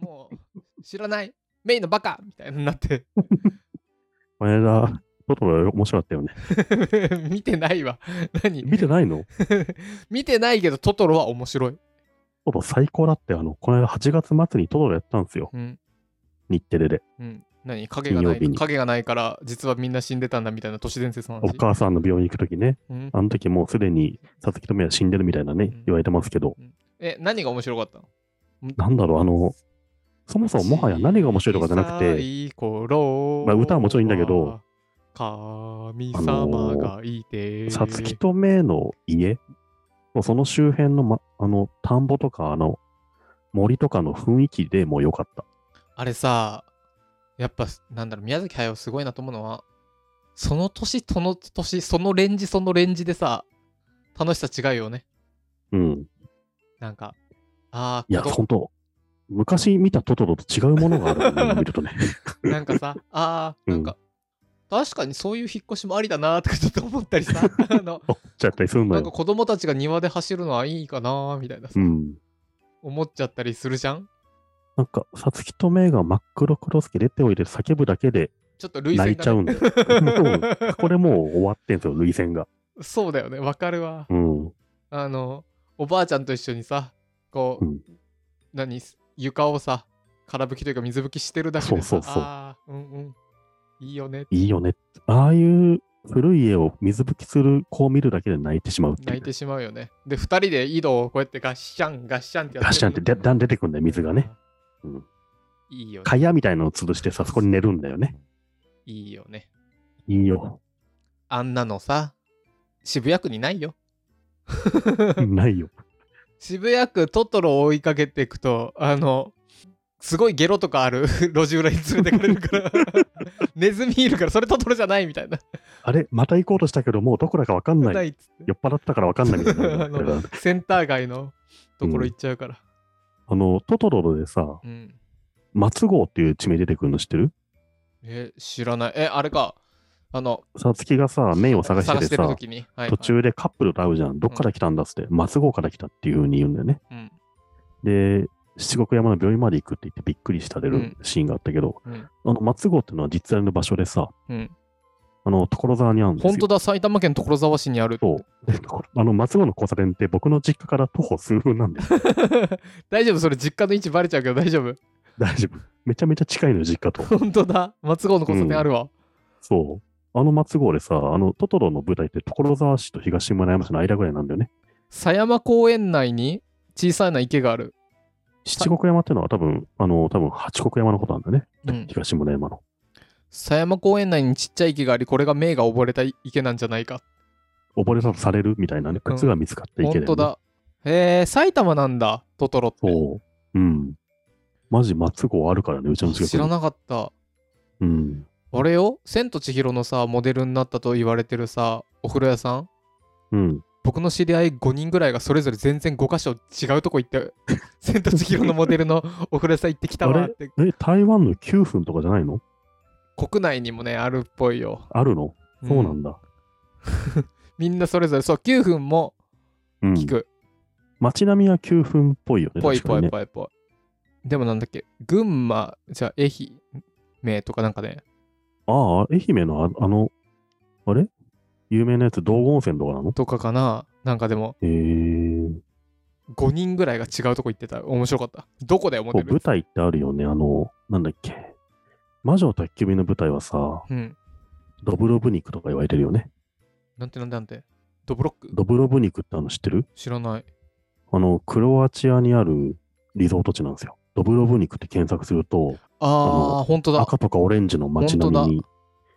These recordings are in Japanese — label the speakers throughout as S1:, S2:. S1: もう、知らない。メインのバカみたいになって。
S2: この間、トトロ面白かった よね。
S1: 見てないわ。何
S2: 見てないの
S1: 見てないけど、トトロは面白い。
S2: トトロ最高だって、あの、この間8月末にトトロやったんですよ。
S1: うん。
S2: 日テレで。
S1: うん。何影がな
S2: 金曜日
S1: い。
S2: に
S1: 影がないから、実はみんな死んでたんだみたいな都市伝説の
S2: お
S1: 話。
S2: 母さんの病院行くときね、
S1: うん、
S2: あの時もうすでに佐々木とめは死んでるみたいなね、
S1: うん
S2: 言われてますけど、
S1: え、何が面白かったの
S2: なんだろう、あの、そもそももはや何が面白いとかじゃなくて、
S1: 小さい頃
S2: まあ歌はもちろんいいんだけど、
S1: 神様がいて、
S2: さつきとめの家、もうその周辺の、ま、あの、田んぼとか、あの、森とかの雰囲気でもう良かった。
S1: あれさ、やっぱ、なんだろう、宮崎駿すごいなと思うのは、その年、その年、そのレンジ、そのレンジでさ、楽しさ違うよね。
S2: うん。
S1: なんか、ああ、
S2: いや、
S1: ここ
S2: ほんと、昔見たトトロと違うものがあるんだよね、見る とね。
S1: なんかさ、ああ、なんか、確かにそういう引っ越しもありだなとかちょっと思ったり さ、あの、
S2: 思っちゃったりするの
S1: なんか
S2: よ。
S1: 子供たちが庭で走るのはいいかなみたいなさ、
S2: うん。
S1: 思っちゃったりするじゃん
S2: なんか、さつきとめが真っ黒黒すけ出ておいで叫ぶだけで
S1: ちょっと類線
S2: 泣いちゃうんだよ。 うん
S1: だね
S2: これもう終わってんすよ、涙腺が。
S1: そうだよね、わかるわ。
S2: うん。
S1: あの、おばあちゃんと一緒にさ、こう、
S2: うん
S1: 何、床をさ、空拭きというか水拭きしてるだけでさ、
S2: そうそうそう
S1: ああ、うんうん、いいよね、
S2: いいよね。ああいう古い家を水拭きする子を見るだけで泣いてしまうっていう。
S1: 泣いてしまうよね。で、二人で井戸をこうやってガッシャン、ガッシャンってやって
S2: ガシャンってだだん出てくんだよ、水がね。。うん
S1: いいよね。
S2: 蚊帳みたいなのを潰してさ、そこに寝るんだよね。
S1: いいよね。
S2: いい よ。
S1: あんなのさ、渋谷区にないよ。
S2: ないよ。
S1: 渋谷区トトロを追いかけていくと、あの、すごいゲロとかある 路地裏に連れてかれるから、 ネズミいるから、それトトロじゃないみたいな。
S2: あれ、また行こうとしたけど、もうどこだかわかん
S1: な
S2: ない。
S1: いっつって
S2: 酔っ払ったからわかんないみたい
S1: あ
S2: な。だから
S1: のセンター街のところ行っちゃうから。
S2: あの、トトロでさ、
S1: うん
S2: 松郷っていう地名出てくるの知ってる
S1: え、知らない。え、あれか。あの、
S2: さつきがさ、メイを探してて
S1: る
S2: さ、
S1: 時に。はいはい
S2: 途中でカップルと会うじゃん。どっから来たんだっつって、松郷から来たっていう風に言うんだよね。
S1: うん
S2: で、七国山の病院まで行くって言ってびっくりしたれるシーンがあったけど、
S1: うん
S2: あの松郷ってのは実在の場所でさ、
S1: うん
S2: あの所沢にあるんですよ。
S1: 本当だ、埼玉県所沢市にある。
S2: そうでとこあの松郷の交差点って僕の実家から徒歩数分なん で
S1: 大丈夫、それ実家の位置バレちゃうけど大丈夫。
S2: 大丈夫。めちゃめちゃ近いのよ実家と。
S1: 本当だ、松郷の交差点あるわ。
S2: そう。あの松郷でさ、あのトトロの舞台って所沢市と東村山市の間ぐらいなんだよね。
S1: 狭山公園内に小さな池がある。
S2: 七国山ってのは多分、あの、多分八国山のことなんだよね。
S1: うん
S2: 東村山の。
S1: 狭山公園内にちっちゃい池があり、これが名が溺れた池なんじゃないか。
S2: 溺れさされるみたいなね、
S1: うん
S2: 靴が見つかった池で、
S1: 本
S2: ね。
S1: 当だ。へえ、埼玉なんだ、トトロって。
S2: そう。うん。マジ松郷あるからね、うちの近くに。
S1: 知らなかった。
S2: うん。
S1: あれよ、千と千尋のさ、モデルになったと言われてるさ、お風呂屋さん。
S2: うん。
S1: 僕の知り合い5人ぐらいがそれぞれ全然5箇所違うとこ行って、 千と千尋のモデルの お風呂屋さん行ってきたわって、
S2: え、台湾の9分とかじゃないの
S1: 国内にもね、あるっぽいよ。
S2: あるのそうな
S1: うん
S2: んだ。
S1: みんなそれぞれ、そう、9分も
S2: うん。
S1: 聞く。
S2: 街並みは9分っぽいよね。
S1: ぽい
S2: 確か
S1: ぽ
S2: に
S1: い
S2: ね。
S1: ぽいぽい。でもなんだっけ、群馬、じゃあ愛媛とかなんかね、
S2: ああ、愛媛のああの、あれ有名なやつ、道後温泉とかなの
S1: とかかな、なんかでも
S2: へえ。
S1: 5人ぐらいが違うとこ行ってた。面白かった。どこだよ、モ
S2: こ
S1: デ
S2: う舞
S1: ル。
S2: 台ってあるよね。あの、なんだっけ。魔女宅急便の舞台はさ、
S1: うん。
S2: ドブロブニクとか言われてるよね。
S1: なんてなんてなんて。ドブロック
S2: ドブロブニクってあの知ってる
S1: 知らない。
S2: あの、クロアチアにあるリゾート地なんですよ。ドブロブニクって検索すると、
S1: あ
S2: あ
S1: ー、ほんとだ。
S2: 赤とかオレンジの街並み
S1: 本
S2: に、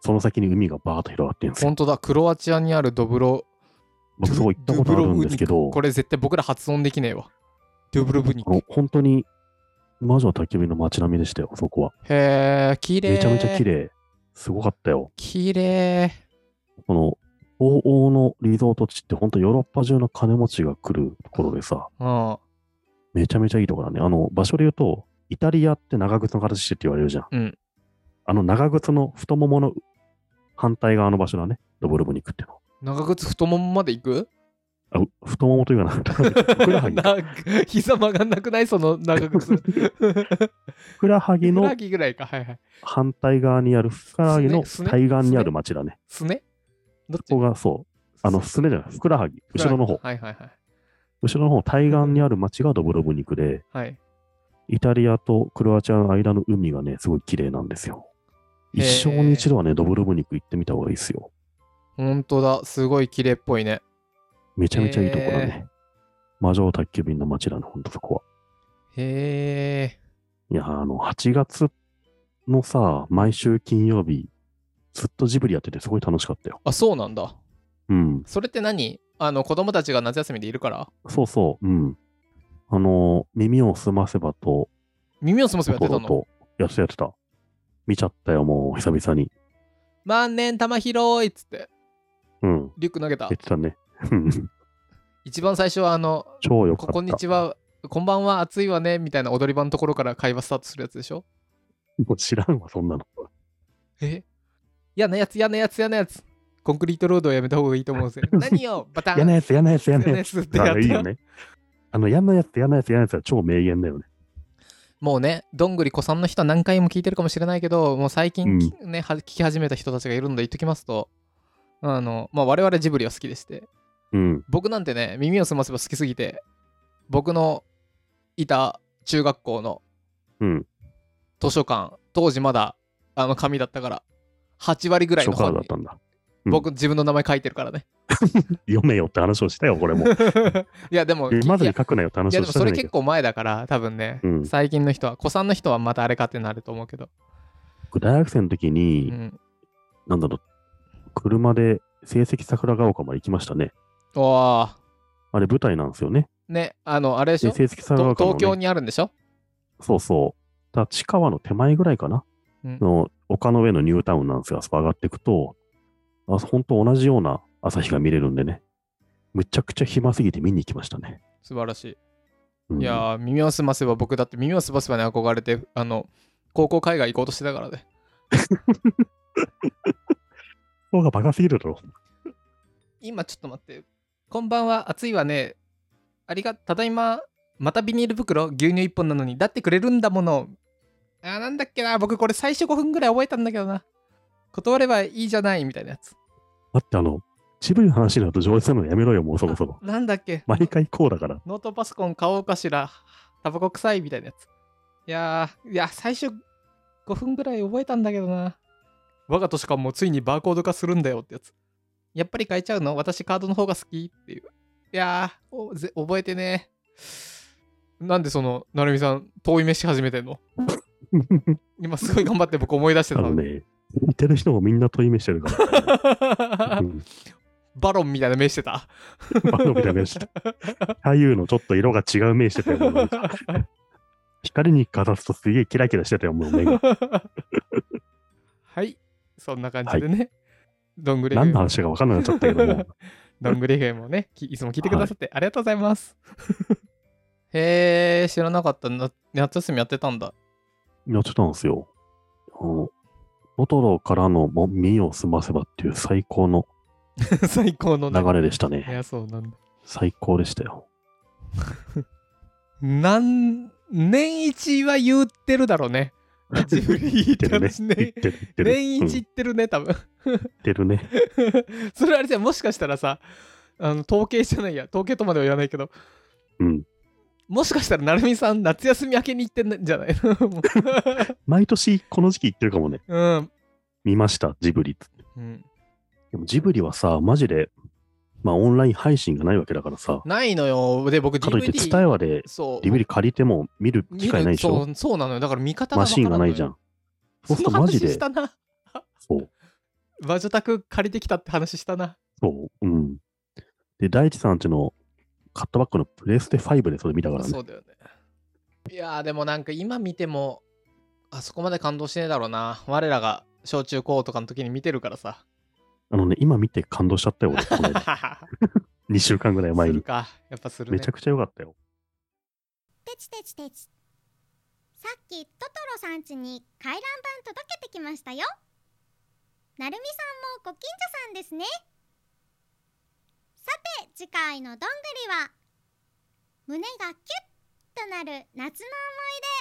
S2: その先に海がバーッと広がってるんです
S1: ほ
S2: よ。
S1: んとだ。クロアチアにあるドブロ、
S2: 僕そう行ったことあるんですけ
S1: ドゥブロブニ
S2: ど
S1: ク、これ絶対僕ら発音できねえわ。ドゥブロブニ
S2: あ
S1: ク
S2: の。本当に魔女焚き火の街並みでしたよ、そこは。
S1: へー、綺麗。
S2: めちゃめちゃ綺
S1: 麗。
S2: 麗。すごかったよ。
S1: 綺麗。
S2: この、欧欧のリゾート地って本当ヨーロッパ中の金持ちが来るところでさ、
S1: うん。
S2: めちゃめちゃいいところだね。あの、場所で言うと、イタリアって長靴の形してって言われるじゃん。
S1: うん
S2: あの長靴の太ももの反対側の場所だね。ドボルブニクっていうのは。
S1: 長靴太ももまで行く
S2: ああ、う太ももと言わな かった。ふくらはぎ。
S1: な膝曲がんなくないその長 くする。
S2: ふくらはぎ
S1: ふくら
S2: の
S1: はぎぐらいか。はいはい。
S2: 反対側にある、ふくらはぎの
S1: すねすね
S2: 対岸にある町だね。
S1: すねどっち
S2: ここがそう、あの、すねじゃない、ふくらはぎ、後ろの
S1: は
S2: 方。
S1: いはいはい。
S2: 後ろの方、対岸にある町がドブロブニクで、
S1: はい、
S2: イタリアとクロアチアの間の海がね、すごい綺麗なんですよ。
S1: へー
S2: 一生に一度はね、ドブロブニク行ってみた方がいいですよ。
S1: ほんとだ。すごい綺麗っぽいね。
S2: めちゃめちゃいいとこだね。魔女宅急便の町だね、ほんとそこは。
S1: へえ。
S2: いやー、あの、8月のさ、毎週金曜日、ずっとジブリやっててすごい楽しかったよ。
S1: あ、そうなんだ。
S2: うん。
S1: それって何あの子供たちが夏休みでいるから
S2: そうそう、うん。あのー耳を澄ませばと、
S1: 耳をすませばやってた
S2: 心
S1: の。
S2: と、やってたやってた。見ちゃったよ、もう、久々に。
S1: 万年玉拾いっつって
S2: うん。
S1: リュック投げた
S2: やってたね。うん
S1: 一番最初はあの
S2: 超よか
S1: こ
S2: った。
S1: こんにち。はこんばんは暑いわねみたいな踊り場のところから会話スタートするやつでしょ
S2: もう知らんわ、そんなの。
S1: え嫌なやつ嫌なやつ嫌なやつコンクリートロードをやめた方がいいと思う ぜ何よバタン
S2: 嫌なやつ、嫌なやつ、嫌な
S1: 嫌な
S2: や
S1: やつっ
S2: つ。
S1: てやった
S2: あいいよね。あの、嫌なやつ、嫌なやつ、嫌なやつは超名言だよね。
S1: もうねどんぐり子さんの人は何回も聞いてるかもしれないけどもう最近、ねは聞き始めた人たちがいるので言っときますとあの、まあ、我々ジブリは好きでして
S2: うん。
S1: 僕なんてね耳を澄ませば好きすぎて僕のいた中学校の
S2: うん。
S1: 図書館当時まだあの紙だったから8割ぐらい
S2: 初
S1: の
S2: カー
S1: 本
S2: ドだっ
S1: に
S2: たんだ。うん
S1: 僕自分の名前書いてるから ね
S2: 読めよって話をしたよ、これも。
S1: いやでも
S2: 読ま
S1: い
S2: ず
S1: や
S2: に書くなよって
S1: い
S2: 話
S1: や
S2: を
S1: でも
S2: した
S1: そ
S2: じ
S1: れ
S2: ゃない
S1: 結
S2: か。
S1: 構前だから多分ね、
S2: うん
S1: 最近の人は子さんの人はまたあれかってなると思うけど、
S2: 僕大学生の時
S1: う
S2: に、
S1: ん、
S2: なんだろう、車で成績桜ヶ丘まで行きましたね。
S1: おお
S2: あれ舞台なんですよね。
S1: ねあのあれでし
S2: で
S1: ょ
S2: 成績桜
S1: と
S2: ヶ丘の、
S1: 東
S2: ね、
S1: 京にあるんでしょ
S2: そうそう。立川の手前ぐらいかな。
S1: うん
S2: の丘の上のニュータウンなんですが、あそこ上がっていくと、あ本当同じような朝日が見れるんでね。むちゃくちゃ暇すぎて見に行きましたね。
S1: 素晴らしい、
S2: うん
S1: いやー耳を澄ませば僕だって耳を澄ませばに憧れてあの高校海外行こうとしてたからね
S2: 方がバカすぎるだろ。
S1: 今ちょっと待ってこんばんは暑いわねありがただいままたビニール袋牛乳1本なのにだってくれるんだものあーなんだっけな僕これ最初5分ぐらい覚えたんだけどな断ればいいじゃないみたいなやつ
S2: だってあの、チブリの話になると上手なのやめろよ、もうそろ そろ。
S1: あなんだっけ
S2: 毎回こうだから。
S1: ノートパソコン買おうかしらタバコ臭いみたいなやついやーいや最初5分ぐらい覚えたんだけどな我が図書館もついにバーコード化するんだよってやつやっぱり変えちゃうの私カードの方が好きっていういやーおぜ覚えてねなんでその成美さん遠い目し始めてんの今すごい頑張って僕思い出して
S2: あ
S1: たの
S2: の
S1: に、
S2: ね、似てる人もみんな問い目してるか ら。うん
S1: バロンみたいな目してた
S2: バロンみたいな目してた左右のちょっと色が違う目してたよ、もうなんか光にかざすとすげえキラキラしてたよ、もう目 が。
S1: はい、そんな感じでね、どんぐり
S2: 何
S1: FM
S2: の話か分かんなくなっちゃっ たけども。
S1: どんぐり FM をね、きいつも聞いてくださってありがとうござい ます。へえ、知らなかったな。夏休みやってたんだ。
S2: やってたんですよ。あの、トトロからのも身を済ませばっていう最高の
S1: 最高の
S2: 流れでした
S1: い
S2: ね。
S1: や、そうなんだ。
S2: 最高でしたよ。
S1: なん年一は言ってるだろうね。ジブリ言っ
S2: 言っててるね
S1: るしね。
S2: 言ってる。
S1: 年
S2: うん
S1: 一言
S2: 言っ
S1: ってるね、多分。
S2: てるね。
S1: それあれじゃんもしかしたらさあの統計じゃないや統計とまでは言わないけど
S2: うん
S1: もしかしたら成美さん夏休み明けに行ってんじゃない も
S2: 毎年この時期言ってるかもね。
S1: ううん、
S2: 見ました、ジブリっつって。
S1: うん、
S2: でもジブリはさ、マジで、まあオンライン配信がないわけだからさ、
S1: ないのよで僕
S2: かといって
S1: DVD
S2: 伝えはで
S1: そう
S2: リブリ借りても見る
S1: 見る
S2: 機会ないでし
S1: そ
S2: ょ
S1: うそうなのよだから見方が
S2: マシンがないじゃ
S1: わ
S2: ん。
S1: か
S2: そ
S1: ら
S2: うす
S1: その
S2: るとマジ
S1: 話
S2: で
S1: し、たな
S2: そう、
S1: 魔女宅借りてきたって話したな
S2: そう、うん。で、大地さんちの買ったばっかのプレステ5でそれ見たからね
S1: そ。うだよねいやーでもなんか今見てもあそこまで感動しねえだろうな我らが小中高とかの時に見てるからさ
S2: あのね、今見て感動しちゃったよ、俺。この 間2週間ぐらい前
S1: す
S2: に
S1: る。かやっぱするね
S2: めちゃくちゃ良かったよ。
S3: てちてちてちさっきトトロさん家に回覧板届けてきましたよなるみさんもご近所さんですねて次回のどんぐりは胸がキュッとなる夏の思い出